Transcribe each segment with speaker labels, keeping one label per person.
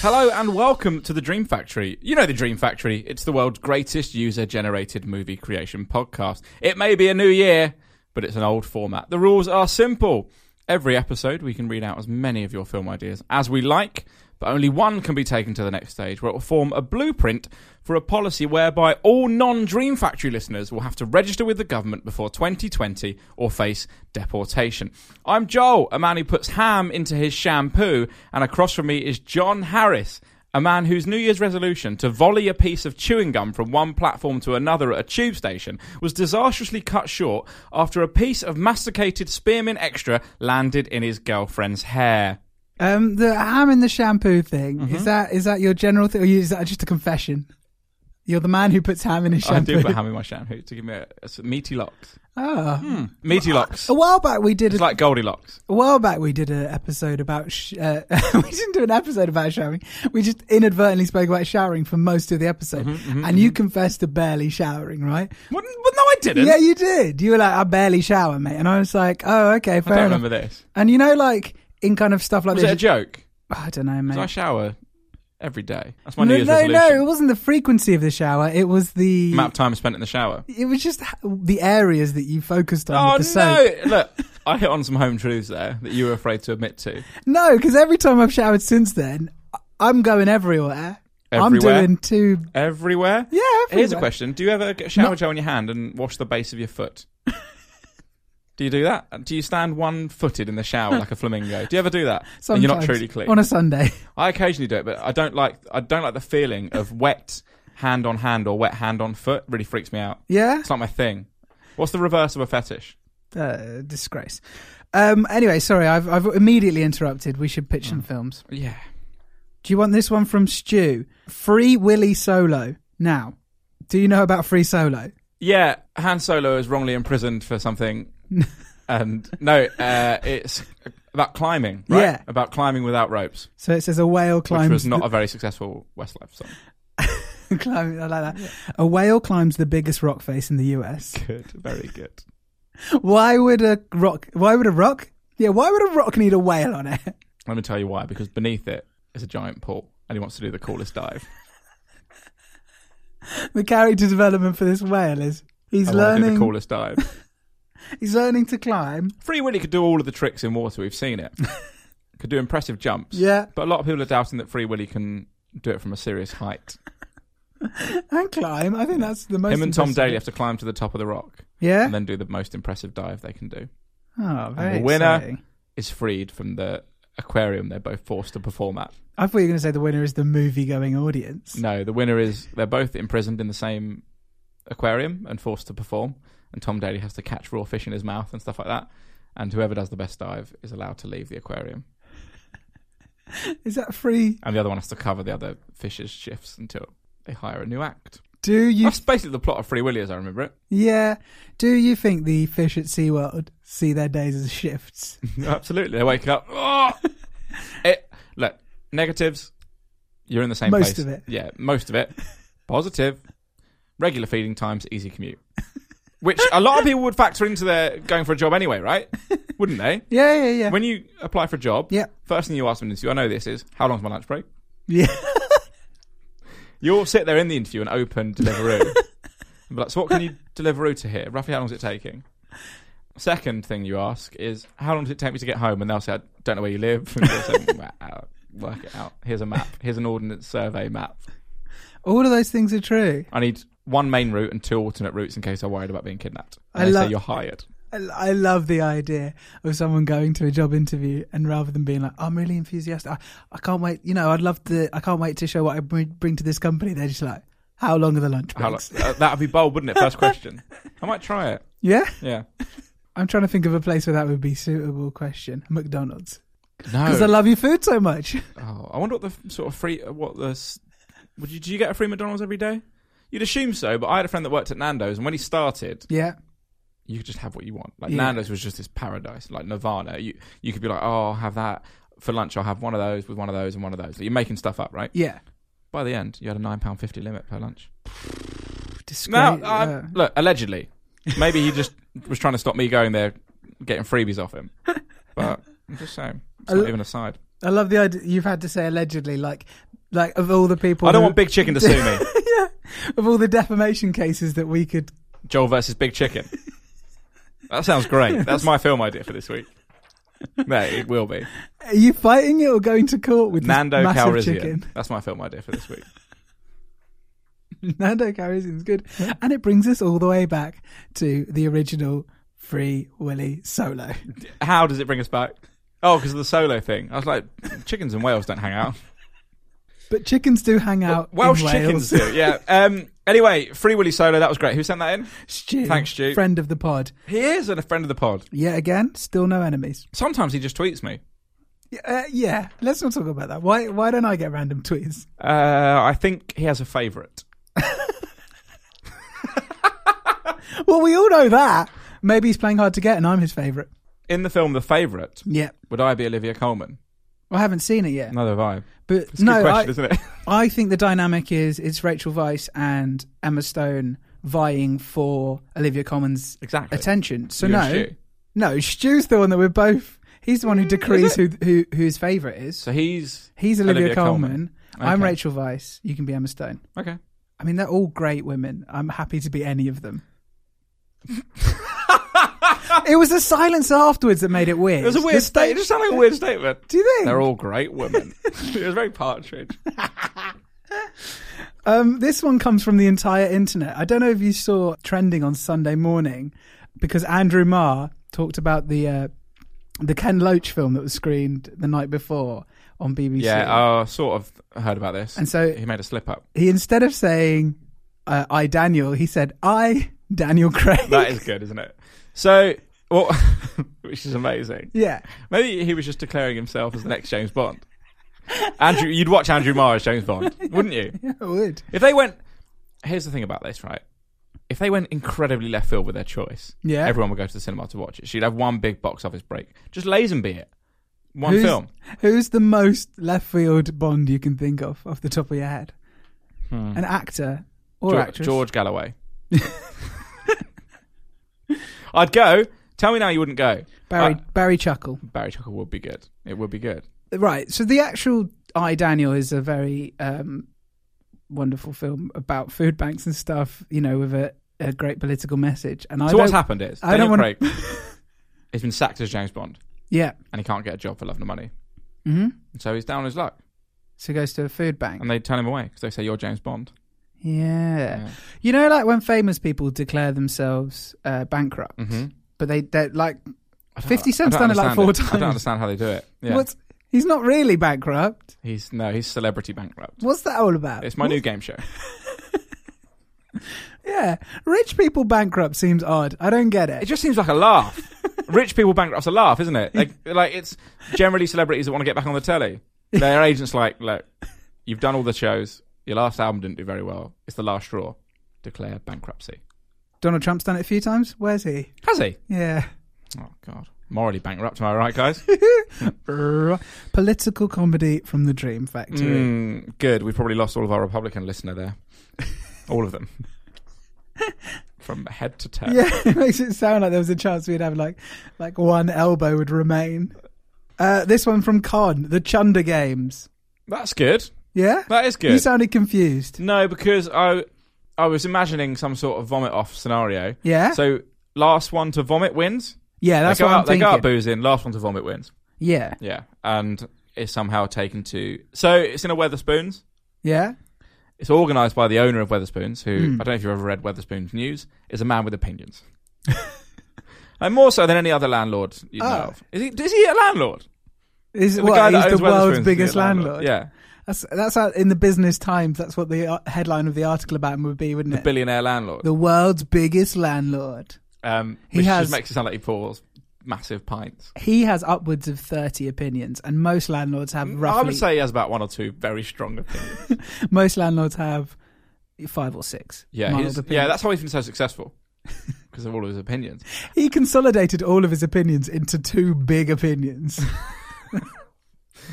Speaker 1: Hello and welcome to the Dream Factory. You know the Dream Factory. It's the world's greatest user-generated movie creation podcast. It may be a new year, but it's an old format. The rules are simple. Every episode we can read out as many of your film ideas as we like, but only one can be taken to the next stage where it will form a blueprint for a policy whereby all non-Dream Factory listeners will have to register with the government before 2020 or face deportation. I'm Joel, a man who puts ham into his shampoo, and across from me is John Harris, a man whose New Year's resolution to volley a piece of chewing gum from one platform to another at a tube station was disastrously cut short after a piece of masticated spearmint extra landed in his girlfriend's hair.
Speaker 2: Um, the ham and the shampoo thing
Speaker 1: Mm-hmm.
Speaker 2: is that is that your general thing, or is that just a confession? You're the man who puts ham in his
Speaker 1: I
Speaker 2: shampoo.
Speaker 1: do put ham in my shampoo to give me a, a meaty locks.
Speaker 2: Ah.
Speaker 1: Meaty locks.
Speaker 2: A while back we did
Speaker 1: It's
Speaker 2: a,
Speaker 1: like Goldilocks.
Speaker 2: a while back we did an episode about sh- uh, we didn't do an episode about showering. We just inadvertently spoke about showering for most of the episode,
Speaker 1: Mm-hmm,
Speaker 2: and you confessed to barely showering, right?
Speaker 1: Well, n- well, no, I didn't.
Speaker 2: Yeah, you did. You were like, I barely shower, mate, and I was like, oh, okay,
Speaker 1: I
Speaker 2: fair
Speaker 1: don't
Speaker 2: enough.
Speaker 1: remember this.
Speaker 2: And you know, like in kind of stuff like
Speaker 1: Was
Speaker 2: this, Oh,
Speaker 1: it a joke?
Speaker 2: I don't know, mate.
Speaker 1: So I shower every day. That's my New
Speaker 2: no,
Speaker 1: Year's
Speaker 2: no, no,
Speaker 1: resolution.
Speaker 2: it wasn't the frequency of the shower. It was the
Speaker 1: Amount of time spent in the shower.
Speaker 2: It was just h- the areas that you focused on.
Speaker 1: Oh
Speaker 2: with the soap.
Speaker 1: no! Look, I hit on some home truths there that you were afraid to admit to.
Speaker 2: No, because every time I've showered since then, I- I'm going everywhere. I'm
Speaker 1: Everywhere?
Speaker 2: doing two.
Speaker 1: Everywhere.
Speaker 2: Yeah,
Speaker 1: Here's a
Speaker 2: everywhere.
Speaker 1: question: Do you ever get shower
Speaker 2: No.
Speaker 1: gel on your hand and wash the base of your foot? do you do that? Do you stand one-footed in the shower like a flamingo? Do you ever do that? And
Speaker 2: Sometimes,
Speaker 1: you're not truly clean.
Speaker 2: on a Sunday.
Speaker 1: I occasionally do it, but I don't like I don't like the feeling of wet hand on hand or wet hand on foot. Really freaks me out.
Speaker 2: Yeah,
Speaker 1: It's not my thing. What's the reverse of a fetish?
Speaker 2: uh, disgrace. Um, anyway, sorry, I've, I've immediately interrupted. We should pitch some
Speaker 1: Hmm.
Speaker 2: films.
Speaker 1: Yeah.
Speaker 2: Do you want this one from Stu? Free Willy Solo. Now, do you know about Free Solo?
Speaker 1: Yeah, Han Solo is wrongly imprisoned for something. and no, uh, it's about climbing, right?
Speaker 2: Yeah.
Speaker 1: About climbing without ropes,
Speaker 2: So it says a whale climbs.
Speaker 1: which was not
Speaker 2: the-
Speaker 1: a very successful Westlife song.
Speaker 2: climbing- I like that. A whale climbs the biggest rock face in the U.S.
Speaker 1: Good, very good.
Speaker 2: Why would a rock? Why would a rock? Yeah, why would a rock need a whale on it?
Speaker 1: Let me tell you why, because beneath it is a giant pool and he wants to do the coolest dive.
Speaker 2: The character development for this whale is he's
Speaker 1: Oh, I wanna do
Speaker 2: learning.
Speaker 1: the coolest dive.
Speaker 2: He's learning to climb.
Speaker 1: Free Willy could do all of the tricks in water, we've seen it. could do impressive jumps.
Speaker 2: Yeah,
Speaker 1: But a lot of people are doubting that Free Willy can do it from a serious height.
Speaker 2: and climb. I think that's the most.
Speaker 1: Him and Tom
Speaker 2: impressive.
Speaker 1: Daly have to climb to the top of the rock
Speaker 2: Yeah.
Speaker 1: and then do the most impressive dive they can do.
Speaker 2: oh,
Speaker 1: And
Speaker 2: very
Speaker 1: the winner
Speaker 2: exciting.
Speaker 1: is freed from the aquarium they're both forced to perform at.
Speaker 2: I thought you were going to say the winner is the movie-going audience.
Speaker 1: No, the winner is they're both imprisoned in the same aquarium and forced to perform. And Tom Daly has to catch raw fish in his mouth and stuff like that. And whoever does the best dive is allowed to leave the aquarium.
Speaker 2: Is that free?
Speaker 1: And the other one has to cover the other fish's shifts until they hire a new act.
Speaker 2: Do you?
Speaker 1: That's basically the plot of Free Willy as I remember it.
Speaker 2: Yeah. Do you think the fish at SeaWorld see their days as shifts?
Speaker 1: Absolutely. They wake up. "Oh!" It, look, negatives, you're in the same
Speaker 2: Most
Speaker 1: place.
Speaker 2: of it.
Speaker 1: Yeah, most of it. Positive, regular feeding times, easy commute. Which a lot of people would factor into their going for a job anyway, right? Wouldn't they?
Speaker 2: Yeah, yeah, yeah.
Speaker 1: When you apply for a job,
Speaker 2: Yeah.
Speaker 1: first thing you ask them in the interview, I know this is, how long's my lunch break?
Speaker 2: yeah.
Speaker 1: You'll sit there in the interview and open Deliveroo. and be like, so what can you Deliveroo to here? Roughly how long is it taking? Second thing you ask is, how long does it take me to get home? And they'll say, I don't know where you live. And you'll say, "Wow, work it out. Here's a map. Here's an ordnance survey map.
Speaker 2: All of those things are true.
Speaker 1: I need one main route and two alternate routes in case I'm worried about being kidnapped. And
Speaker 2: I
Speaker 1: they
Speaker 2: love-
Speaker 1: say you're hired.
Speaker 2: I, I love the idea of someone going to a job interview and rather than being like, I'm really enthusiastic. I, I can't wait. You know, I'd love to, I can't wait to show what I bring, bring to this company. They're just like, how long are the lunch
Speaker 1: How lo-
Speaker 2: breaks?
Speaker 1: uh, that'd be bold, wouldn't it? First question. I might try it.
Speaker 2: yeah.
Speaker 1: Yeah.
Speaker 2: I'm trying to think of a place where that would be suitable question. McDonald's.
Speaker 1: No.
Speaker 2: Because I love your food so much.
Speaker 1: Oh, I wonder what the f- sort of free what the s- would you do you get a free McDonald's every day? You'd assume so, but I had a friend that worked at Nando's, and when he started,
Speaker 2: yeah.
Speaker 1: you could just have what you want. Like
Speaker 2: Yeah.
Speaker 1: Nando's was just this paradise, like Nirvana. You you could be like, oh, I'll have that for lunch. I'll have one of those with one of those and one of those. You're making stuff up, right?
Speaker 2: Yeah.
Speaker 1: By the end, you had a nine pound fifty limit per lunch.
Speaker 2: Discreet.
Speaker 1: No, I-
Speaker 2: uh,
Speaker 1: look, allegedly, maybe he just was trying to stop me going there, getting freebies off him. But I'm just saying, it's
Speaker 2: Al-
Speaker 1: not even aside.
Speaker 2: I love the idea you've had to say allegedly, like, like of all the people.
Speaker 1: I don't
Speaker 2: who-
Speaker 1: want Big Chicken to sue me.
Speaker 2: Of all the defamation cases that we could.
Speaker 1: Joel versus Big Chicken. That sounds great. That's my film idea for this week. No, it will be.
Speaker 2: Are you fighting it or going to court with this
Speaker 1: Nando
Speaker 2: massive
Speaker 1: Calrissian.
Speaker 2: chicken?
Speaker 1: That's my film idea for this week.
Speaker 2: Nando Calrissian's good. And it brings us all the way back to the original Free Willy solo.
Speaker 1: How does it bring us back? Oh, because of the solo thing. I was like, chickens and whales don't hang out.
Speaker 2: But chickens do hang out. Oh, in
Speaker 1: Welsh
Speaker 2: Wales.
Speaker 1: chickens do, yeah. Um, anyway, Free Willy Solo, that was great. Who sent that in?
Speaker 2: Stu,
Speaker 1: Thanks, Stu.
Speaker 2: Friend of the pod.
Speaker 1: He is and a friend of the pod.
Speaker 2: Yet again, still no enemies.
Speaker 1: Sometimes he just tweets me.
Speaker 2: Yeah, Uh, yeah, let's not talk about that. Why Why don't I get random tweets?
Speaker 1: Uh, I think he has a favourite.
Speaker 2: Well, we all know that. Maybe he's playing hard to get and I'm his favourite.
Speaker 1: In the film The Favourite,
Speaker 2: Yeah.
Speaker 1: would I be Olivia Coleman?
Speaker 2: I haven't seen it yet.
Speaker 1: Another vibe.
Speaker 2: But
Speaker 1: It's a
Speaker 2: no,
Speaker 1: good question,
Speaker 2: I,
Speaker 1: isn't it?
Speaker 2: I think the dynamic is it's Rachel Weisz and Emma Stone vying for Olivia Commons'
Speaker 1: Exactly.
Speaker 2: attention. So
Speaker 1: You and
Speaker 2: no,
Speaker 1: Stu.
Speaker 2: no, Stu's the one that we're both. He's the one who decrees who who whose favourite is.
Speaker 1: So he's
Speaker 2: He's Olivia, Coleman. I'm
Speaker 1: Okay.
Speaker 2: Rachel Weisz. You can be Emma Stone.
Speaker 1: Okay.
Speaker 2: I mean, they're all great women. I'm happy to be any of them. it was the silence afterwards that made it weird.
Speaker 1: It was a
Speaker 2: The
Speaker 1: weird
Speaker 2: stage-
Speaker 1: statement. It just sounded like a weird statement.
Speaker 2: Do you think?
Speaker 1: They're all great women. it was very partridge.
Speaker 2: Um, this one comes from the entire internet. I don't know if you saw trending on Sunday morning because Andrew Marr talked about the uh, the Ken Loach film that was screened the night before on BBC.
Speaker 1: Yeah, oh. I sort of heard about this.
Speaker 2: And so-
Speaker 1: he made a slip up.
Speaker 2: he instead of saying uh, "I Daniel," he said "I Daniel Craig."
Speaker 1: That is good, isn't it? So, well, which is amazing.
Speaker 2: yeah,
Speaker 1: Maybe he was just declaring himself as the next James Bond. Andrew, you'd watch Andrew Marr as James Bond, wouldn't you?
Speaker 2: I would.
Speaker 1: If they went, here's the thing about this, right? If they went incredibly left field with their choice,
Speaker 2: Yeah.
Speaker 1: everyone would go to the cinema to watch it. She'd have one big box office break. Just Lazenby it. One
Speaker 2: Who's-
Speaker 1: film.
Speaker 2: Who's the most left field Bond you can think of off the top of your head? An actor or
Speaker 1: Hmm. Geor-
Speaker 2: actress?
Speaker 1: George Galloway. I'd go. Tell me now you wouldn't go.
Speaker 2: Barry
Speaker 1: Uh,
Speaker 2: Barry Chuckle.
Speaker 1: Barry Chuckle would be good. It would be good.
Speaker 2: Right. So the actual I Daniel is a very um, wonderful film about food banks and stuff. You know, with a, a great political message. And I
Speaker 1: so what's
Speaker 2: don't-
Speaker 1: happened is
Speaker 2: I
Speaker 1: Daniel
Speaker 2: don't
Speaker 1: Craig has been sacked as James Bond,
Speaker 2: Yeah.
Speaker 1: and he can't get a job for love nor money.
Speaker 2: hmm
Speaker 1: So he's down on his luck,
Speaker 2: So he goes to a food bank.
Speaker 1: and they turn him away because they say you're James Bond.
Speaker 2: yeah.
Speaker 1: Yeah.
Speaker 2: You know, like when famous people declare themselves uh,
Speaker 1: Mm.
Speaker 2: bankrupt, but they they like Fifty
Speaker 1: I
Speaker 2: Cent's
Speaker 1: don't
Speaker 2: done it like
Speaker 1: understand
Speaker 2: four
Speaker 1: it.
Speaker 2: times.
Speaker 1: I don't understand how they do it. Yeah.
Speaker 2: What's he's not really bankrupt.
Speaker 1: He's no, he's celebrity bankrupt.
Speaker 2: What's that all about?
Speaker 1: It's my new game show.
Speaker 2: yeah, rich people bankrupt seems odd. I don't get
Speaker 1: It
Speaker 2: it.
Speaker 1: just seems like a laugh. Rich people bankrupt's a laugh, isn't it? Like, like it's generally celebrities that want to get back on the telly. Their agents like, look, you've done all the shows. Your last album didn't do very well. It's the last straw. Declare bankruptcy.
Speaker 2: Donald Trump's done it a few times. Where's he?
Speaker 1: Has he?
Speaker 2: Yeah.
Speaker 1: Oh God, morally bankrupt. Am I right, guys?
Speaker 2: Political comedy from the
Speaker 1: Hmm.
Speaker 2: Dream Factory.
Speaker 1: Mm, good. We probably lost all of our Republican listener there. all of them. from head to toe.
Speaker 2: Yeah, it makes it sound like there was a chance we'd have like like one elbow would remain. Uh, this one from Con, the Chunder Games.
Speaker 1: That's good.
Speaker 2: Yeah?
Speaker 1: That is good.
Speaker 2: You sounded confused.
Speaker 1: No, because I I was imagining some sort of vomit off scenario.
Speaker 2: Yeah?
Speaker 1: So last one to vomit wins.
Speaker 2: Yeah, Eh? that's
Speaker 1: they go
Speaker 2: what
Speaker 1: out,
Speaker 2: I'm
Speaker 1: They
Speaker 2: thinking.
Speaker 1: go out boozing. Last one to vomit wins.
Speaker 2: yeah.
Speaker 1: Yeah, and is somehow taken to. So it's in a Weatherspoons.
Speaker 2: Yeah.
Speaker 1: It's organised by the owner of Weatherspoons,
Speaker 2: Hmm.
Speaker 1: who I don't know if you've ever read Weatherspoons News, is a man with opinions. and more so than any other landlord you know
Speaker 2: Oh.
Speaker 1: of. Is he, is he a landlord?
Speaker 2: Is
Speaker 1: The
Speaker 2: what,
Speaker 1: guy that
Speaker 2: he's
Speaker 1: owns
Speaker 2: the world's
Speaker 1: Wetherspoons is
Speaker 2: biggest
Speaker 1: a
Speaker 2: landlord.
Speaker 1: Yeah.
Speaker 2: That's that's how, in the Business Times. That's what the uh, headline of the article about him would be, wouldn't it?
Speaker 1: Billionaire landlord.
Speaker 2: the world's biggest landlord.
Speaker 1: um,
Speaker 2: He
Speaker 1: which
Speaker 2: has-
Speaker 1: just makes it sound like he pours massive pints.
Speaker 2: He has upwards of thirty opinions, and most landlords have roughly.
Speaker 1: I would say he has about one or two very strong opinions.
Speaker 2: most landlords have five or six.
Speaker 1: Yeah,
Speaker 2: mild
Speaker 1: his-
Speaker 2: opinions.
Speaker 1: yeah, that's how he's been so successful because of all of his opinions.
Speaker 2: he consolidated all of his opinions into two big opinions.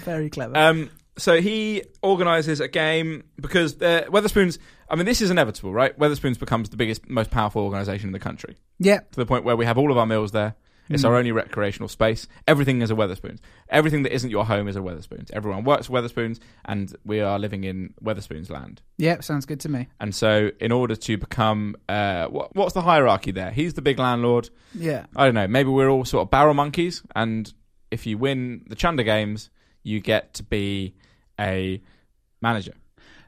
Speaker 2: Very clever.
Speaker 1: Um, so he organises a game because uh, Weatherspoons. I mean, this is inevitable, right? Weatherspoons becomes the biggest, most powerful organisation in the country
Speaker 2: yep.
Speaker 1: to the point where we have all of our meals there. It's our only recreational space. Everything is a Weatherspoons. Everything that isn't your home is a Weatherspoons. Everyone works at Weatherspoons, and we are living in Weatherspoons land.
Speaker 2: Yep. Sounds good to me.
Speaker 1: And so, in order to become, uh, what, what's the hierarchy there? He's the big landlord.
Speaker 2: Yeah.
Speaker 1: I don't know. Maybe we're all sort of barrel monkeys, and if you win the Chunder games, you get to be a manager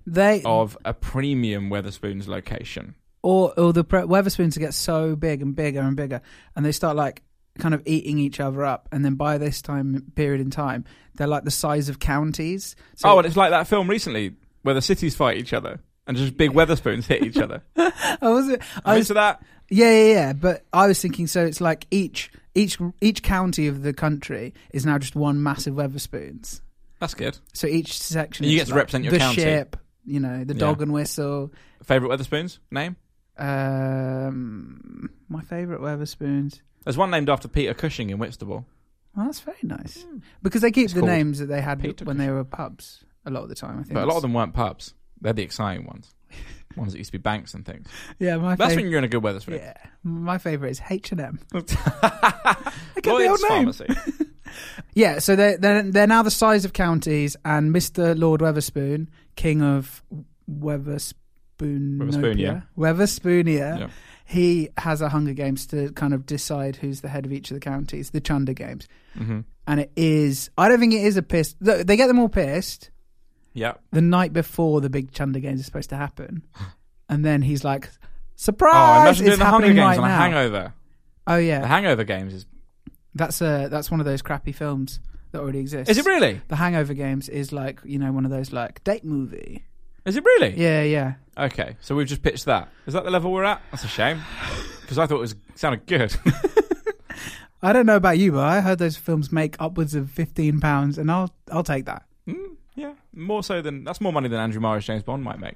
Speaker 2: They
Speaker 1: of a premium Weatherspoons location.
Speaker 2: or or the pre- Weatherspoons get so big and bigger and bigger, and they start like kind of eating each other up, and then by this time period in time, they're like the size of counties. So
Speaker 1: oh, and it's like that film recently where the cities fight each other and just big Weatherspoons hit each other.
Speaker 2: I was, I
Speaker 1: I'm
Speaker 2: was
Speaker 1: into that.
Speaker 2: yeah, yeah, yeah. But I was thinking, so it's like each each each county of the country is now just one massive Weatherspoons.
Speaker 1: That's good.
Speaker 2: So each section,
Speaker 1: You
Speaker 2: is
Speaker 1: get to
Speaker 2: like
Speaker 1: represent your
Speaker 2: the
Speaker 1: county.
Speaker 2: ship, you know, the dog
Speaker 1: Yeah.
Speaker 2: and whistle.
Speaker 1: Favorite Weatherspoons name?
Speaker 2: Um, my favorite Weatherspoons.
Speaker 1: There's one named after Peter Cushing in Whitstable.
Speaker 2: Well, that's very nice because they keep the
Speaker 1: Hmm. called
Speaker 2: names that they had
Speaker 1: Peter
Speaker 2: when they were pubs a lot of the time. I think,
Speaker 1: But a lot of them weren't pubs. They're the exciting ones. ones that used to be banks and things.
Speaker 2: Yeah, my
Speaker 1: That's when
Speaker 2: favorite.
Speaker 1: you're in a good Weatherspoon.
Speaker 2: Yeah, my favorite is H and M.
Speaker 1: Lloyd's
Speaker 2: old name.
Speaker 1: Pharmacy.
Speaker 2: Yeah, so they're, they're they're now the size of counties, and Mister Lord Weatherspoon, King of Weatherspoon,
Speaker 1: Weatherspoon,
Speaker 2: Weatherspoon,
Speaker 1: Yeah.
Speaker 2: He has a Hunger Games to kind of decide who's the head of each of the counties, the Chunder Games,
Speaker 1: Mm-hmm.
Speaker 2: and it is. I don't think it is a piss. Look, they get them all pissed.
Speaker 1: yeah.
Speaker 2: the night before the big Chunder games is supposed to happen, and then he's like,
Speaker 1: Oh,
Speaker 2: "Surprise!
Speaker 1: imagine
Speaker 2: it's
Speaker 1: doing the Hunger
Speaker 2: happening
Speaker 1: Games
Speaker 2: right
Speaker 1: on a
Speaker 2: now."
Speaker 1: hangover.
Speaker 2: Oh
Speaker 1: The
Speaker 2: yeah,
Speaker 1: Hangover Games is.
Speaker 2: that's a that's one of those crappy films that already exists.
Speaker 1: Is it really?
Speaker 2: The Hangover Games is like you know one of those like date movie.
Speaker 1: Is it really?
Speaker 2: Yeah, yeah.
Speaker 1: Okay, so we've just pitched that. Is that the level we're at? That's a shame. Because I thought it was sounded good.
Speaker 2: I don't know about you, but I heard those films make upwards of fifteen pounds, and I'll I'll take that.
Speaker 1: Hmm, yeah, more so than. That's more money than Andrew Morris James Bond might make.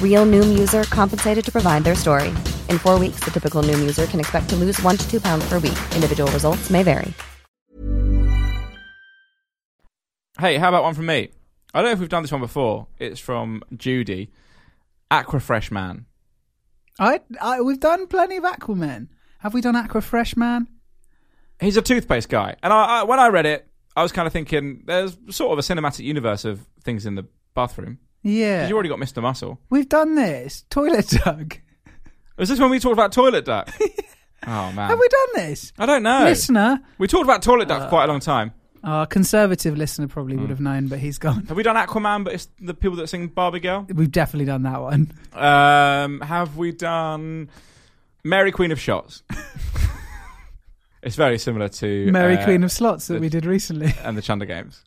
Speaker 3: Real Noom user compensated to provide their story. In four weeks, the typical Noom user can expect to lose one to two pounds per week. Individual results may vary.
Speaker 1: Hey, how about one from me? I don't know if we've done this one before. It's from Judy, Aquafresh Man.
Speaker 2: I, I we've done plenty of Aquaman. Have we done Aqua Fresh Man?
Speaker 1: He's a toothpaste guy, and I, I when I read it, I was kind of thinking there's sort of a cinematic universe of things in the bathroom.
Speaker 2: Yeah,
Speaker 1: 'Cause you already got Mr. Muscle.
Speaker 2: we've done this toilet tug.
Speaker 1: Was this when we talked about toilet duck? oh man,
Speaker 2: Have we done this,
Speaker 1: I don't know.
Speaker 2: listener?
Speaker 1: We talked about toilet duck for quite a
Speaker 2: Uh.
Speaker 1: long time.
Speaker 2: Our conservative listener probably
Speaker 1: Mm.
Speaker 2: would have known, but he's gone.
Speaker 1: Have we done Aquaman? But it's the people that sing Barbie Girl.
Speaker 2: We've definitely done that one.
Speaker 1: Um, have we done Mary Queen of Shots? it's very similar to
Speaker 2: Mary
Speaker 1: uh,
Speaker 2: Queen of Slots that
Speaker 1: the-
Speaker 2: we did recently.
Speaker 1: and the Chunder Games.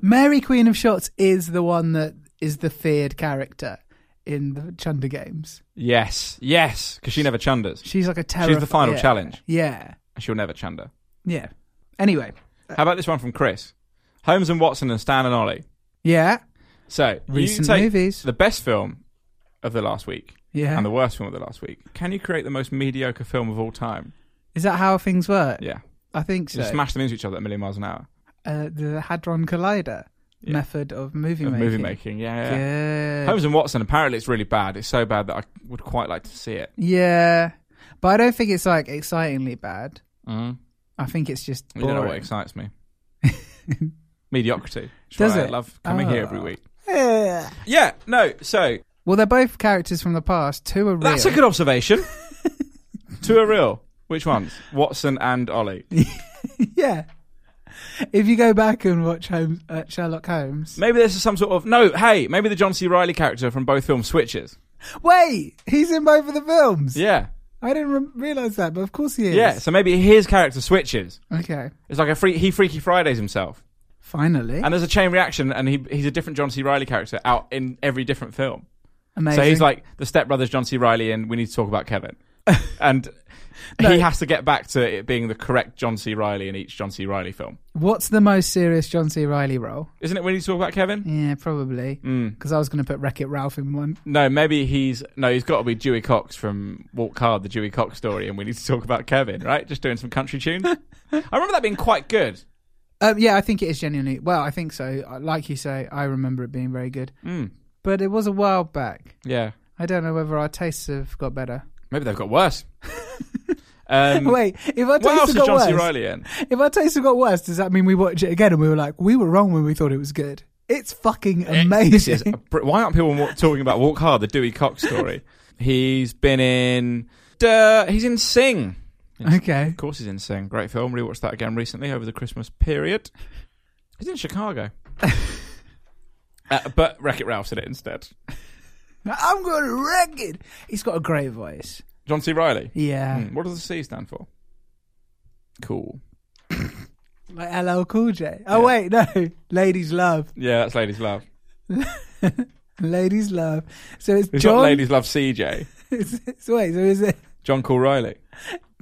Speaker 2: Mary Queen of Shots is the one that is the feared character in the Chunder Games.
Speaker 1: Yes, yes, because she never chunders.
Speaker 2: She's like a terror.
Speaker 1: She's the final
Speaker 2: yeah.
Speaker 1: challenge.
Speaker 2: Yeah.
Speaker 1: She'll never chunder.
Speaker 2: Yeah. Anyway.
Speaker 1: How about this one from Chris? Holmes and Watson and Stan and Ollie.
Speaker 2: Yeah.
Speaker 1: So you
Speaker 2: Recent
Speaker 1: take
Speaker 2: movies.
Speaker 1: the best film of the last week
Speaker 2: Yeah.
Speaker 1: and the worst film of the last week. Can you create the most mediocre film of all time?
Speaker 2: Is that how things work?
Speaker 1: Yeah,
Speaker 2: I think
Speaker 1: you
Speaker 2: Uh, so.
Speaker 1: just smash them into each other at a million miles an hour.
Speaker 2: uh, the Hadron Collider
Speaker 1: Yeah.
Speaker 2: method of movie
Speaker 1: Of
Speaker 2: making.
Speaker 1: movie making, yeah, yeah.
Speaker 2: Yeah.
Speaker 1: Holmes and Watson. Apparently, it's really bad. It's so bad that I would quite like to see it.
Speaker 2: Yeah. But I don't think it's like excitingly bad.
Speaker 1: Mm.
Speaker 2: I think it's just
Speaker 1: You don't know what
Speaker 2: boring.
Speaker 1: excites me. Mediocrity. Which is
Speaker 2: Does
Speaker 1: why I
Speaker 2: it?
Speaker 1: love coming here every
Speaker 2: Oh.
Speaker 1: week.
Speaker 2: Yeah.
Speaker 1: Yeah, no. So
Speaker 2: Well, they're both characters from the past. Two are real.
Speaker 1: that's a good observation. Two are real. Which ones? Watson and Ollie.
Speaker 2: yeah. If you go back and watch Holmes, uh, Sherlock Holmes,
Speaker 1: Maybe this is some sort of no. Hey, maybe the John C. Riley character from both films switches.
Speaker 2: wait, he's in both of the films.
Speaker 1: Yeah,
Speaker 2: I didn't re- realize that, but of course he is.
Speaker 1: yeah. So maybe his character switches.
Speaker 2: Okay.
Speaker 1: It's like a free, he Freaky Fridays himself,
Speaker 2: Finally.
Speaker 1: and there's a chain reaction, and he he's a different John C. Riley character out in every different film.
Speaker 2: Amazing.
Speaker 1: So he's like the Step Brothers John C. Riley, and we need to talk about Kevin. and he has to get back to it being the correct John C. Riley in each John C. Riley film.
Speaker 2: what's the most serious John C. Riley role?
Speaker 1: Isn't it? We need to talk about Kevin.
Speaker 2: Yeah, probably.
Speaker 1: Mm.
Speaker 2: Because I was going to put Wreck It Ralph in one.
Speaker 1: No, maybe he's no. He's got to be Dewey Cox from Walk Hard, the Dewey Cox story, and we need to talk about Kevin, right? Just doing some country tunes. I remember that being quite good.
Speaker 2: Um, yeah, I think it is genuinely. Well, I think so. Uh, Like you say, I remember it being very good.
Speaker 1: Mm.
Speaker 2: But it was a while back.
Speaker 1: Yeah,
Speaker 2: I don't know whether our tastes have got better.
Speaker 1: maybe they've got worse. um,
Speaker 2: Wait, if our
Speaker 1: what
Speaker 2: tastes
Speaker 1: else
Speaker 2: have
Speaker 1: is
Speaker 2: got
Speaker 1: John
Speaker 2: worse,
Speaker 1: C. Riley in?
Speaker 2: if our tastes have got worse, does that mean we watch it again and we were like, we were wrong when we thought it was good? It's fucking amazing.
Speaker 1: This is a br- why aren't people more talking about Walk Hard, the Dewey Cox story? He's been in. Duh, he's in Sing.
Speaker 2: okay.
Speaker 1: Of course, he's in Sing. Great film. Rewatched that again recently over the Christmas period. He's in Chicago. uh, but Wreck It Ralph did it instead.
Speaker 2: I'm going to wreck it. He's got a great voice.
Speaker 1: John C. Riley.
Speaker 2: Yeah.
Speaker 1: Hmm, what does the C stand for? Cool.
Speaker 2: Like LL Cool J. Oh, wait, no. Ladies Love.
Speaker 1: Yeah, that's Ladies Love.
Speaker 2: Ladies Love. So it's
Speaker 1: It's
Speaker 2: John.
Speaker 1: not Ladies Love CJ.
Speaker 2: It's, it's, wait, so is it?
Speaker 1: John Cool Riley.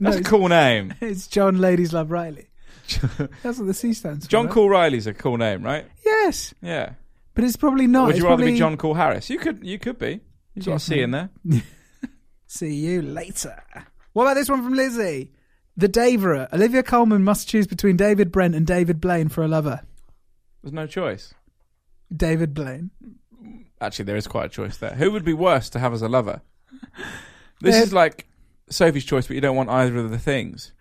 Speaker 2: No,
Speaker 1: That's a
Speaker 2: it's-
Speaker 1: cool name.
Speaker 2: It's John Ladies Love Riley. That's what the C stands for.
Speaker 1: John
Speaker 2: right?
Speaker 1: Cool Riley's a cool name, right?
Speaker 2: Yes,
Speaker 1: Yeah.
Speaker 2: but it's probably not.
Speaker 1: Would
Speaker 2: Oh, it's
Speaker 1: you rather
Speaker 2: probably
Speaker 1: be John Call Harris? You could. You could be. You've got a
Speaker 2: Cheers,
Speaker 1: C
Speaker 2: mate.
Speaker 1: in there.
Speaker 2: See you later. What about this one from Lizzie? The Daverer. Olivia Coleman must choose between David Brent and David Blaine for a lover.
Speaker 1: There's no choice.
Speaker 2: David Blaine.
Speaker 1: Actually, there is quite a choice there. Who would be worse to have as a lover? This is
Speaker 2: Uh,
Speaker 1: like Sophie's choice, but you don't want either of the things.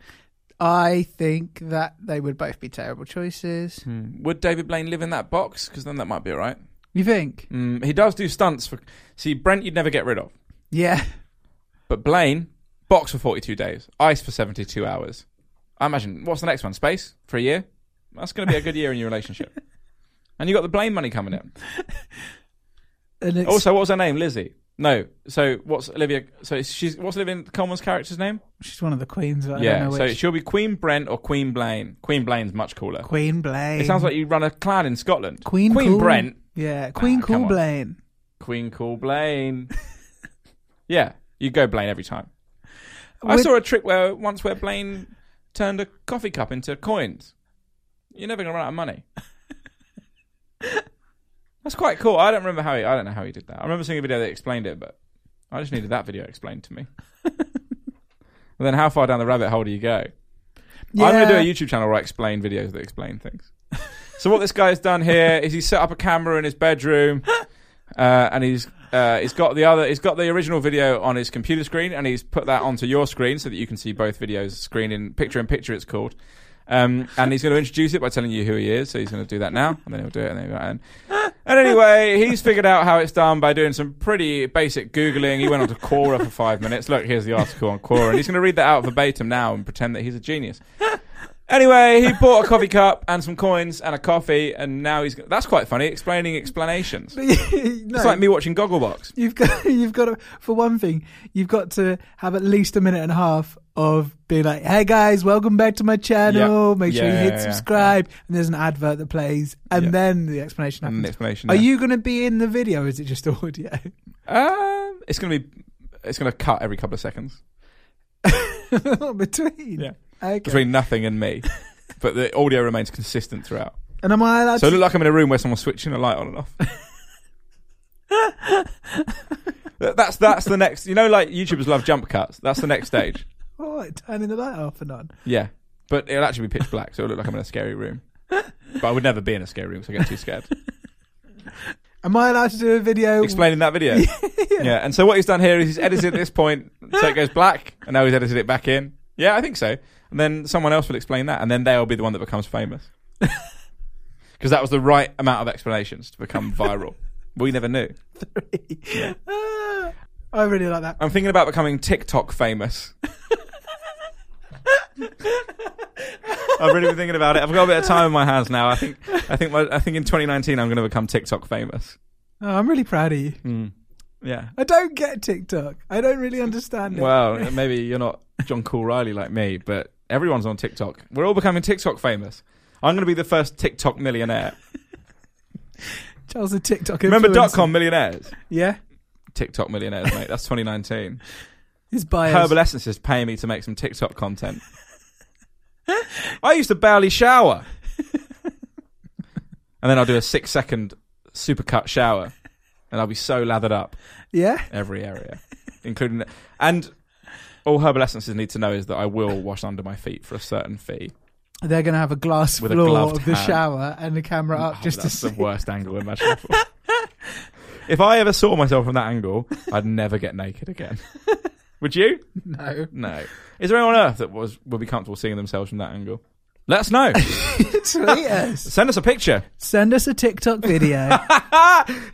Speaker 2: I think that they would both be terrible choices.
Speaker 1: Would David Blaine live in that box? Because then that might be all right.
Speaker 2: You think?
Speaker 1: Mm, he does do stunts for. See, Brent, you'd never get rid of,
Speaker 2: Yeah.
Speaker 1: but Blaine, box for 42 days, ice for 72 hours. I imagine. What's the next one? Space for a year. That's going to be a good year in your relationship. And you got the Blaine money coming in.
Speaker 2: And it's
Speaker 1: Also, Oh, what was her name? Lizzie. No. So what's Olivia? So she's what's Olivia Coleman's character's name?
Speaker 2: she's one of the queens. I
Speaker 1: yeah.
Speaker 2: don't know
Speaker 1: So
Speaker 2: which.
Speaker 1: she'll be Queen Brent or Queen Blaine. Queen Blaine's much cooler.
Speaker 2: Queen Blaine.
Speaker 1: It sounds like you run a clan in Scotland.
Speaker 2: Queen Cool-
Speaker 1: Brent.
Speaker 2: Yeah, Queen
Speaker 1: Ah, come
Speaker 2: Cool
Speaker 1: on.
Speaker 2: Blaine.
Speaker 1: Queen Cool Blaine. yeah, you go Blaine every time. I
Speaker 2: With-
Speaker 1: saw a trick where once where Blaine turned a coffee cup into coins. You're never gonna run out of money. That's quite cool. I don't remember how he. I don't know how he did that. I remember seeing a video that explained it, but I just needed that video explained to me. and then, how far down the rabbit hole do you go? I'm gonna do a
Speaker 2: Yeah.
Speaker 1: YouTube channel where I explain videos that explain things. So what this guy's done here is he's set up a camera in his bedroom, uh, and he's uh, he's got the other he's got the original video on his computer screen, and he's put that onto your screen so that you can see both videos, screen in picture in picture, it's called. Um, and he's going to introduce it by telling you who he is. So he's going to do that now, and then he'll do it, and then he'll and, and anyway, he's figured out how it's done by doing some pretty basic googling. He went on to Quora for five minutes. Look, here's the article on Quora, and he's going to read that out verbatim now and pretend that he's a genius. Anyway, he bought a coffee cup and some coins and a coffee, and now he's. That's quite funny. Explaining explanations. It's like me watching Gogglebox.
Speaker 2: You've got you've got to, for one thing, you've got to have at least a minute and a half of being like, "Hey guys, welcome back to my channel.
Speaker 1: Yep.
Speaker 2: Make sure you
Speaker 1: Yeah,
Speaker 2: hit
Speaker 1: yeah,
Speaker 2: subscribe." And there's an advert that plays, and
Speaker 1: Yep.
Speaker 2: then the explanation
Speaker 1: And
Speaker 2: happens.
Speaker 1: the explanation,
Speaker 2: Are
Speaker 1: yeah.
Speaker 2: you going to be in the video? Or is it just audio?
Speaker 1: Um, it's gonna be. It's gonna cut every couple of seconds
Speaker 2: Between,
Speaker 1: Yeah.
Speaker 2: okay.
Speaker 1: between nothing and me, but the audio remains consistent throughout.
Speaker 2: And am I allowed?
Speaker 1: So I
Speaker 2: to,
Speaker 1: look like I'm in a room where someone's switching a light on and off. That- that's that's the next. You know, like YouTubers love jump cuts. That's the next stage.
Speaker 2: oh, like turning the light off and on.
Speaker 1: Yeah, but it'll actually be pitch black, so it'll look like I'm in a scary room. But I would never be in a scary room, so I get too scared.
Speaker 2: Am I allowed to do a video?
Speaker 1: Explaining that video. yeah. and so what he's done here is he's edited this point, so it goes black, and now he's edited it back in. Yeah, I think so. And then someone else will explain that, and then they'll be the one that becomes famous. Because that was the right amount of explanations to become viral. we never knew.
Speaker 2: Ah, I really like that.
Speaker 1: I'm thinking about becoming TikTok famous. I've really been thinking about it. I've got a bit of time in my hands now. I think, I think, my, I think in 2019 I'm going to become TikTok famous.
Speaker 2: Oh, I'm really proud of you.
Speaker 1: Mm. Yeah.
Speaker 2: I don't get TikTok. I don't really understand it.
Speaker 1: Well, maybe you're not John Cool Riley like me, but everyone's on TikTok. We're all becoming TikTok famous. I'm going to be the first TikTok millionaire.
Speaker 2: Charles the TikTok.
Speaker 1: Remember dot
Speaker 2: influencer.
Speaker 1: com millionaires?
Speaker 2: Yeah,
Speaker 1: TikTok millionaires, mate. That's 2019.
Speaker 2: his bias.
Speaker 1: Herbal Essence is paying me to make some TikTok content. I used to barely shower. and then I'll do a six second supercut shower. And I'll be so lathered up
Speaker 2: Yeah.
Speaker 1: every area, including. And all Herbal Essences need to know is that I will wash under my feet for a certain fee.
Speaker 2: they're going to have a glass
Speaker 1: With a
Speaker 2: floor
Speaker 1: gloved
Speaker 2: of the
Speaker 1: hand.
Speaker 2: shower and the camera up
Speaker 1: Oh,
Speaker 2: just to
Speaker 1: that's
Speaker 2: see.
Speaker 1: the worst angle imaginable. if I ever saw myself from that angle, I'd never get naked again. Would you?
Speaker 2: No,
Speaker 1: No. Is there anyone on earth that was would be comfortable seeing themselves from that angle? Let us know.
Speaker 2: tweet us.
Speaker 1: Send us a picture.
Speaker 2: Send us a TikTok video.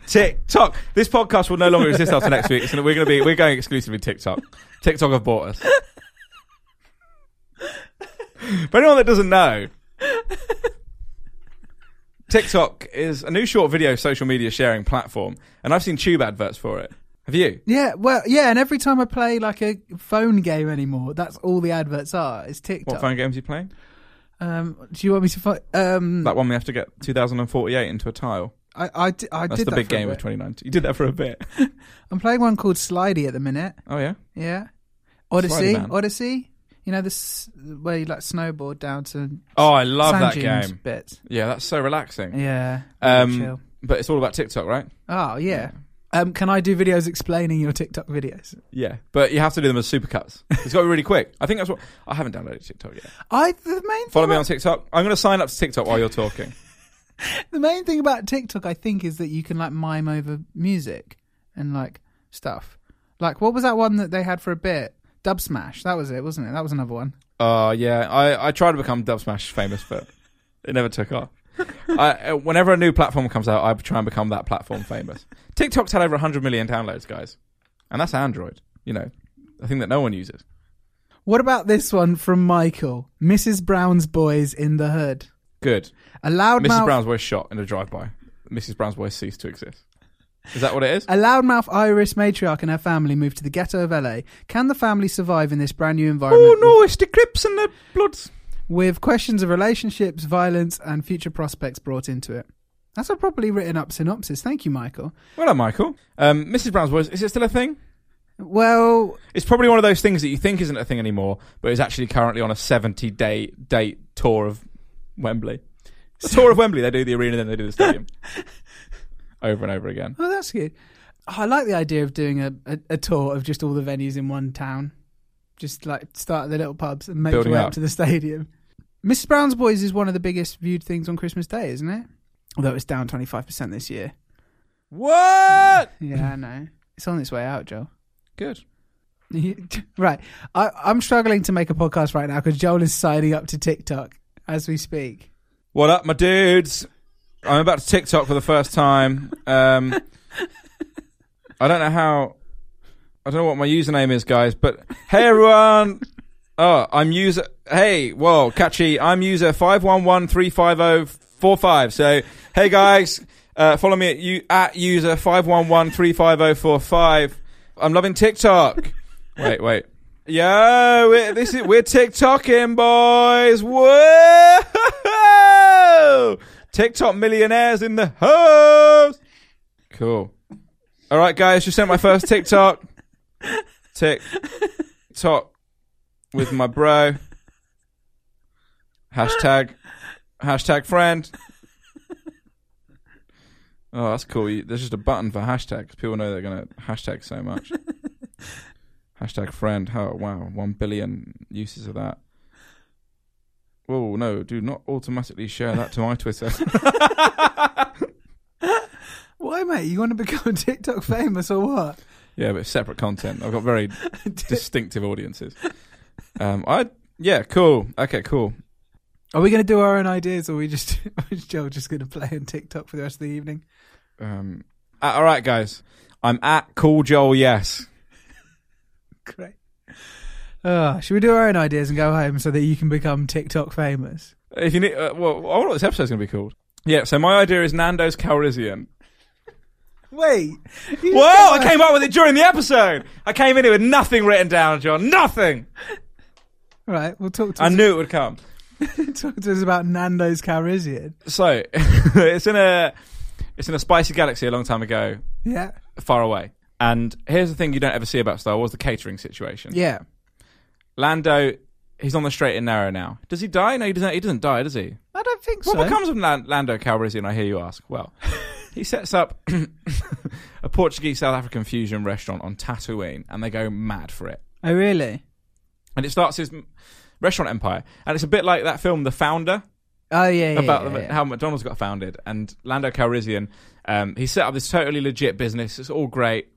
Speaker 1: TikTok. This podcast will no longer exist after next week. It's gonna- we're going to be we're going exclusively TikTok. TikTok have bought us. For anyone that doesn't know, TikTok is a new short video social media sharing platform, and I've seen Tube adverts for it. Have you?
Speaker 2: yeah, well, yeah. And every time I play like a phone game anymore, that's all the adverts are. It's
Speaker 1: What
Speaker 2: TikTok.
Speaker 1: phone games are you playing?
Speaker 2: Um, do you want me to find? Um,
Speaker 1: That one we have to get 2048 into a tile.
Speaker 2: I, I, di- I
Speaker 1: That's
Speaker 2: did
Speaker 1: the
Speaker 2: that
Speaker 1: big
Speaker 2: for a
Speaker 1: game of
Speaker 2: bit.
Speaker 1: 2019. You did that for a bit.
Speaker 2: I'm playing one called Slidey at the minute.
Speaker 1: Oh yeah.
Speaker 2: Yeah,
Speaker 1: Slidey
Speaker 2: Odyssey,
Speaker 1: Man.
Speaker 2: Odyssey. You know this where you like snowboard down to
Speaker 1: Oh, I love
Speaker 2: sand
Speaker 1: that
Speaker 2: dunes
Speaker 1: game.
Speaker 2: bits.
Speaker 1: Yeah, that's so relaxing.
Speaker 2: Yeah,
Speaker 1: Um,
Speaker 2: chill.
Speaker 1: but it's all about TikTok, right?
Speaker 2: Oh yeah. Um, can I do videos explaining your TikTok videos?
Speaker 1: Yeah, but you have to do them as supercuts. It's got to be really quick. I think that's what I haven't downloaded TikTok yet.
Speaker 2: I the main
Speaker 1: Follow
Speaker 2: thing
Speaker 1: me on
Speaker 2: about,
Speaker 1: TikTok. I'm going to sign up to TikTok while you're talking.
Speaker 2: the main thing about TikTok, I think, is that you can like mime over music and like stuff. Like what was that one that they had for a bit? Dub Smash. That was it, wasn't it? That was another one.
Speaker 1: Oh yeah, I I tried to become Dub Smash famous, but it never took off. I, uh, whenever a new platform comes out, I try and become that platform famous. TikTok's had over 100 million downloads, guys, and that's Android. You know, a thing that no one uses.
Speaker 2: What about this one from Michael? Mrs. Brown's boys in the hood.
Speaker 1: Good.
Speaker 2: A loudmouth.
Speaker 1: Mrs. Brown's boy shot in a drive-by. Mrs. Brown's boy ceased to exist. Is that what it is?
Speaker 2: A loudmouth Irish matriarch and her family moved to the ghetto of LA. Can the family survive in this brand new environment?
Speaker 1: Oh no, it's the Crips and the Bloods.
Speaker 2: with questions of relationships, violence, and future prospects brought into it. That's a properly written up synopsis. Thank you, Michael.
Speaker 1: Well done, Michael. Um, Mrs. Brown's Boys, is it still a thing?
Speaker 2: Well,
Speaker 1: It's probably one of those things that you think isn't a thing anymore, but is actually currently on a 70 day date tour of Wembley. The tour of Wembley, they do the arena, then they do the stadium. over and over again.
Speaker 2: oh, that's good. Oh, I like the idea of doing a, a, a tour of just all the venues in one town. Just like start at the little pubs and make
Speaker 1: Building
Speaker 2: your way
Speaker 1: up.
Speaker 2: up to the stadium. Mrs. Brown's Boys is one of the biggest viewed things on Christmas Day, isn't it? Although it's down 25% this year.
Speaker 1: What?
Speaker 2: Yeah, I know. It's on its way out, Joel.
Speaker 1: Good.
Speaker 2: right. I, I'm struggling to make a podcast right now because Joel is signing up to TikTok as we speak.
Speaker 1: What up, my dudes? I'm about to TikTok for the first time. Um, I don't know how. I don't know what my username is, guys. But hey, everyone. Oh, I'm user. Hey, whoa, catchy. I'm user five one one three five zero four five. So, hey guys, uh, follow me at you at user five one one three five zero four five. I'm loving TikTok. Wait, wait. Yo, we this is we're TikToking, boys. Whoa! TikTok millionaires in the house. Cool. All right, guys, just sent my first TikTok. Tick tock with my bro. Hashtag hashtag friend. Oh, that's cool. You- There's just a button for hashtags. People know they're gonna hashtag so much. hashtag friend. Oh wow, one billion uses of that. Oh no, do not automatically share that to my Twitter.
Speaker 2: Why, mate? You want to become TikTok famous or what?
Speaker 1: Yeah, but separate content. I've got very distinctive audiences. Um, I yeah, cool. Okay, cool.
Speaker 2: Are we going to do our own ideas or are we just, is Joel just going to play on TikTok for the rest of the evening?
Speaker 1: Um, uh, all right, guys. I'm at Cool Joel. Yes.
Speaker 2: Great. Uh, should we do our own ideas and go home so that you can become TikTok famous?
Speaker 1: If you need, uh, well, I wonder what this episode's going to be called. Yeah. So my idea is Nando's Calrissian.
Speaker 2: Wait.
Speaker 1: Whoa! I came up with it during the episode. I came in here with nothing written down, John. Nothing.
Speaker 2: Right, we'll talk to,
Speaker 1: I knew it would come.
Speaker 2: us, talk to us about Nando's Calrissian.
Speaker 1: So it's in a it's in a spicy galaxy a long time ago,
Speaker 2: Yeah.
Speaker 1: far away. And here's the thing you don't ever see about Star Wars: the catering situation.
Speaker 2: Yeah.
Speaker 1: Lando, he's on the straight and narrow now. Does he die? No, he doesn't. He doesn't die, does he?
Speaker 2: I don't think
Speaker 1: What
Speaker 2: so.
Speaker 1: becomes of Lan- Lando Calrissian? I hear you ask. Well, he sets up a Portuguese South African fusion restaurant on Tatooine, and they go mad for it.
Speaker 2: oh, really?
Speaker 1: And it starts his m- restaurant empire, and it's a bit like that film, The Founder,
Speaker 2: Oh, yeah, yeah.
Speaker 1: about
Speaker 2: yeah,
Speaker 1: the-
Speaker 2: yeah.
Speaker 1: how McDonald's got founded. And Lando Calrissian, um, he set up this totally legit business. It's all great,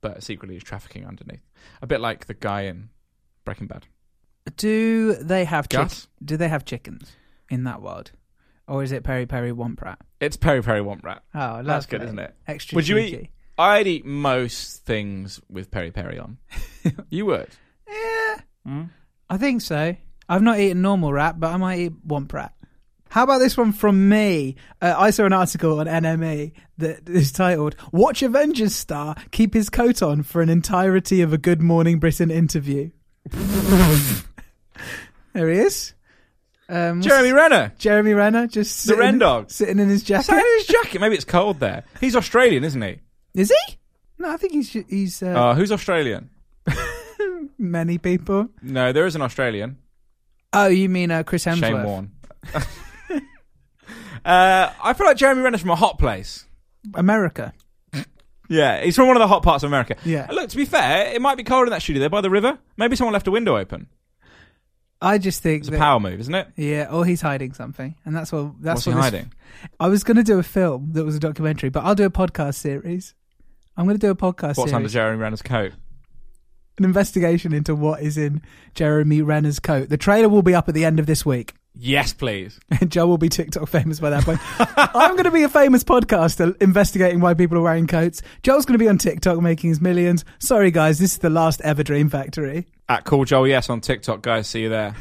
Speaker 1: but secretly he's trafficking underneath. A bit like the guy in Breaking Bad.
Speaker 2: Do they have
Speaker 1: Gus?
Speaker 2: chickens? Do they have chickens in that world, or is it peri peri womp rat?
Speaker 1: It's Peri Peri Womp Rat.
Speaker 2: Oh,
Speaker 1: That's
Speaker 2: lovely.
Speaker 1: good, isn't it?
Speaker 2: Extra.
Speaker 1: Would you
Speaker 2: cheeky.
Speaker 1: eat? I'd eat most things with peri peri on. you would.
Speaker 2: Yeah, I think so. I've not eaten normal rat, but I might eat womp rat. How about this one from me? Uh, I saw an article on NME that is titled "Watch Avengers Star Keep His Coat On for an Entirety of a Good Morning Britain Interview." there he is. Um,
Speaker 1: Jeremy Renner.
Speaker 2: Jeremy Renner just
Speaker 1: The
Speaker 2: sitting-
Speaker 1: Ren Dog.
Speaker 2: sitting in his
Speaker 1: Is that
Speaker 2: jacket.
Speaker 1: in his jacket? Maybe it's cold there. He's Australian, isn't he?
Speaker 2: Is he? No, I think he's he's uh,
Speaker 1: Uh, who's Australian?
Speaker 2: many people.
Speaker 1: No, there is an Australian.
Speaker 2: Oh, you mean uh, Chris Hemsworth?
Speaker 1: Shane Warne. uh, I feel like Jeremy Renner's from a hot place.
Speaker 2: America.
Speaker 1: Yeah, he's from one of the hot parts of America.
Speaker 2: Yeah.
Speaker 1: Uh, Look, to be fair, it might be cold in that studio there by the river. Maybe someone left a window open.
Speaker 2: I just think
Speaker 1: It's a
Speaker 2: that-
Speaker 1: power move, isn't it?
Speaker 2: Yeah, or he's hiding something, and that's what that's
Speaker 1: What's he
Speaker 2: what this-
Speaker 1: hiding?
Speaker 2: I was going to do a film that was a documentary, but I'll do a podcast series. I'm going to do a podcast
Speaker 1: What's under
Speaker 2: series,
Speaker 1: Jeremy Renner's coat?
Speaker 2: an investigation into what is in Jeremy Renner's coat. The trailer will be up at the end of this week.
Speaker 1: Yes, please.
Speaker 2: And Joe will be TikTok famous by that point. I'm going to be a famous podcaster investigating why people are wearing coats. Joel's going to be on TikTok making his millions. Sorry, guys, this is the last ever Dream Factory.
Speaker 1: At Cool Joel Yes on TikTok, guys. See you there.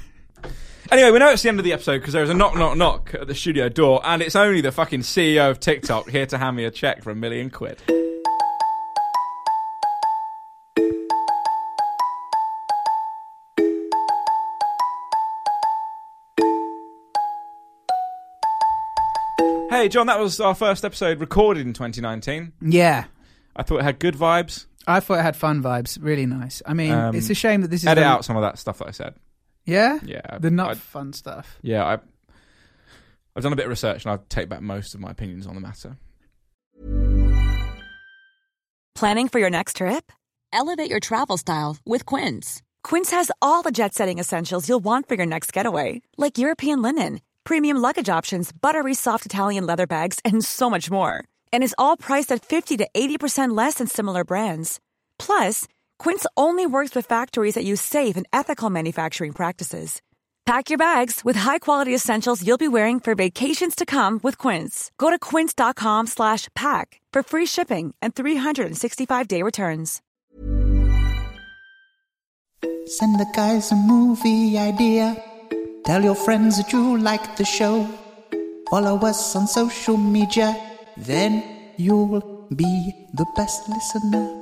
Speaker 1: Anyway, we know it's the end of the episode because there is a knock, knock, knock at the studio door, and it's only the fucking CEO of TikTok here to hand me a check for a million quid. Hey, John, that was our first episode recorded in 2019.
Speaker 2: Yeah.
Speaker 1: I thought it had good vibes.
Speaker 2: I thought it had fun vibes. Really nice. I mean,
Speaker 1: Um,
Speaker 2: it's a shame that this is.
Speaker 1: Edit
Speaker 2: the-
Speaker 1: out some of that stuff that I said.
Speaker 2: Yeah?
Speaker 1: Yeah,
Speaker 2: The not
Speaker 1: I-
Speaker 2: fun stuff.
Speaker 1: Yeah, I, I've done a bit of research and I take back most of my opinions on the matter.
Speaker 4: Planning for your next trip? Elevate your travel style with Quince. Quince has all the jet setting essentials you'll want for your next getaway, like European linen, premium luggage options, buttery soft Italian leather bags, and so much more. And is all priced at 50 to 80% less than similar brands. Plus, Quince only works with factories that use safe and ethical manufacturing practices. Pack your bags with high-quality essentials you'll be wearing for vacations to come with Quince. Go to quince.com slash pack for free shipping and 365-day returns.
Speaker 5: Send the guys a movie idea. Tell your friends that you like the show. Follow us on social media. Then you'll be the best listener.